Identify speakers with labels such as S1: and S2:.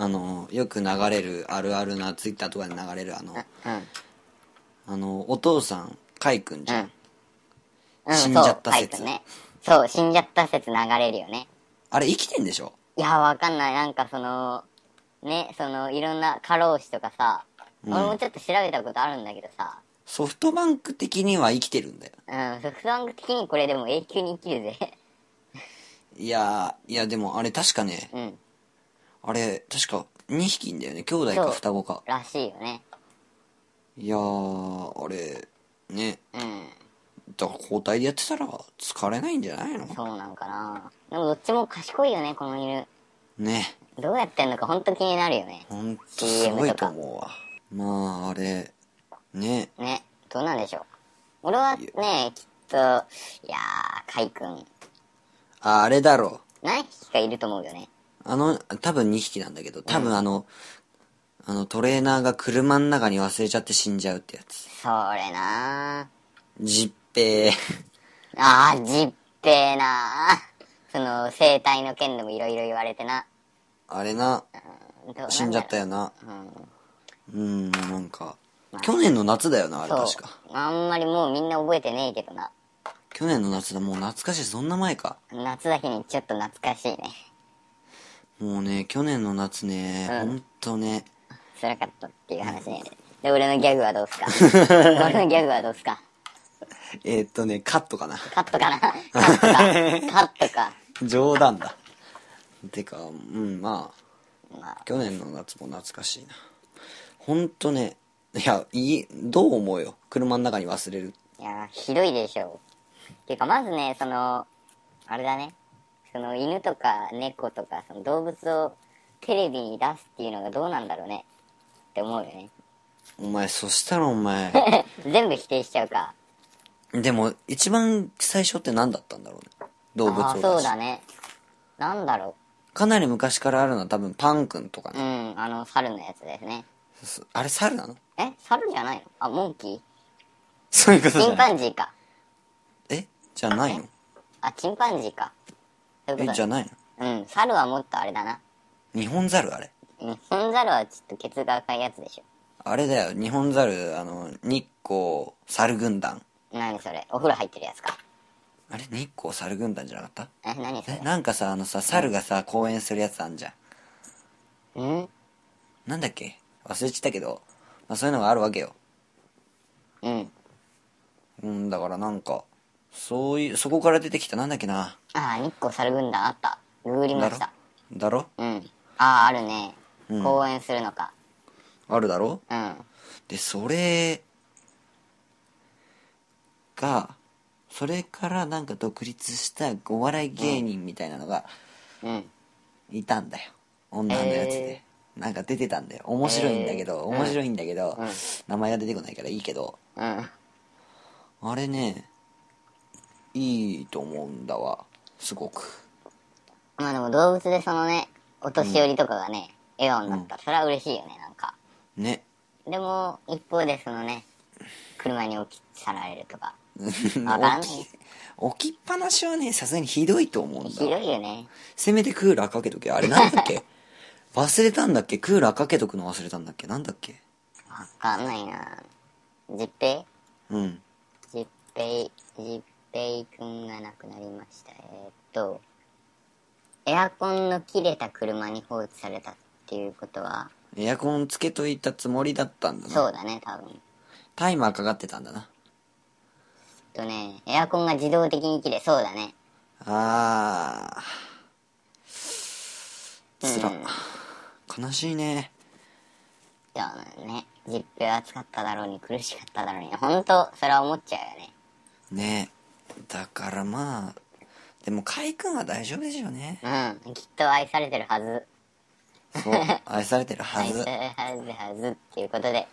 S1: あのよく流れるあるあるなツイッターとかで流れるあのあのお父さんカイくんじゃん、
S2: うん
S1: 死んじゃった説
S2: そう,、ね、そう死んじゃった説流れるよね
S1: あれ生きてんでしょ
S2: いやわかんないなんかそのねそのいろんな過労死とかさ、俺もちょっと調べたことあるんだけどさ
S1: ソフトバンク的には生きてるんだよ
S2: うんソフトバンク的にこれでも永久に生きるぜ
S1: いやーいやでもあれ確かね
S2: うん
S1: あれ確か2匹いんだよね兄弟
S2: そ
S1: か
S2: う
S1: 双子から
S2: しいよね
S1: いやーあれね
S2: うん
S1: だから交代でやってたら疲れないんじゃないの
S2: そうなんかなでもどっちも賢いよねこの犬
S1: ね
S2: どうやってんのか本当気になるよね
S1: ほんとすごいと思うわまああれね
S2: ねどうなんでしょう俺はねきっといやーカイ君
S1: ああれだろ
S2: 何匹かいると思うよね
S1: あの多分2匹なんだけど多分あの、あのトレーナーが車の中に忘れちゃって死んじゃうってやつ
S2: それなー
S1: 実 平
S2: あーじっぺーなーその生態の件でもいろいろ言われてな
S1: あれな
S2: どうなんだろう
S1: 死んじゃったよな
S2: うん
S1: うんなんか去年の夏だよなあれ
S2: そう
S1: 確か
S2: あんまりもうみんな覚えてねえけどな
S1: 去年の夏だもう懐かしいそんな前か
S2: 夏だけにちょっと懐かしいね
S1: もうね去年の夏ね、
S2: うん
S1: ほんとね
S2: 辛かったっていう話ねで俺のギャグはどうすか 俺のギャグはどうすか
S1: えーっとねカットかな
S2: カットかなカットかカットか
S1: 冗談だてかうんま
S2: まあ
S1: あ去年の夏も懐かしいなほんとねいやいいどう思うよ車の中に忘れる
S2: いやーひどいでしょていうかまずねそのあれだねその犬とか猫とかその動物をテレビに出すっていうのがどうなんだろうねって思うよね
S1: お前そしたらお前
S2: 全部否定しちゃうか
S1: でも一番最初って何だったんだろうね動物
S2: ああ
S1: を
S2: ーそ
S1: 出
S2: う
S1: し
S2: だねなんだろ
S1: かなり昔からあるのは多分パン君とか
S2: うう
S1: ね、
S2: んあの猿のやつですね
S1: すあれ猿なの
S2: え猿じゃないのあモンキ
S1: そういうこ
S2: ー
S1: とじ
S2: チ
S1: ゃ
S2: ン
S1: ない
S2: パンジーか
S1: えじゃないの
S2: あチンパンジーかそういう
S1: え
S2: こと
S1: じゃ
S2: だ
S1: ないの
S2: うん猿はもっとあれだな
S1: 日本猿あれ
S2: 日本猿はちょっとケツが赤いやつでしょ
S1: あれだよ日本猿あの日光猿軍団
S2: 何それお風呂入ってるやつか
S1: あれ日光猿軍団じゃなかった
S2: え何それ
S1: えなんかさあのさ猿がさ公演するやつあんじゃん
S2: うん
S1: なんだっけ忘れちったけど、まあ、そういうのがあるわけよ
S2: うん。
S1: うんだからなんかそういうそこから出てきたなんだっけな
S2: ああ、日光猿軍団あった。ググりま
S1: だ
S2: し
S1: ろ
S2: た。
S1: だろ
S2: うん。ああ、あるね。公演するのか。
S1: あるだろ
S2: うん。
S1: でそれがそれからなんか独立したお笑い芸人みたいなのが
S2: うん。
S1: いたんだよ女のやつで、なんか出てたんだよ面白いんだけど、面白いんだけど、名前が出てこないからいいけど
S2: うん。
S1: あれねいいと思うんだわすごく
S2: まあでも動物でそのね、お年寄りとかがね、笑顔になったら、それは嬉しいよね、なんか。
S1: ね
S2: でも、一方でそのね、車に置き去られるとか。わからん ね
S1: 置き置きっぱなしはねさすがにひどいと思うん
S2: ひど
S1: だ
S2: い
S1: わ
S2: よね。
S1: せめてクーラーかけとけあれなんだっ け忘れたんだっけクーラーかけとくの忘れたんだっけなんだっけ
S2: わかんないなじっぺ
S1: うん
S2: いじっぺい、じっぺいくんが亡くなりました。えーっと、エアコンの切れた車に放置されたっていうことは、
S1: エアコンつけといたつもりだったんだ
S2: そ
S1: な
S2: うだね、多分。えっ
S1: タイマーかかってたんだな
S2: とね、エアコンが自動的に切れ、そうだね。
S1: ああつら、
S2: うん
S1: 悲しいね
S2: そうだね。ジップは暑かっただろうに、苦しかっただろうに、ほんと、それは思っちゃうよね。
S1: ねだからまあでもカイ君は大丈夫ですよ ね
S2: うん、きっと愛されてるはず。
S1: そう愛されてるは
S2: 愛
S1: ず
S2: されてるはずはずっていうことで、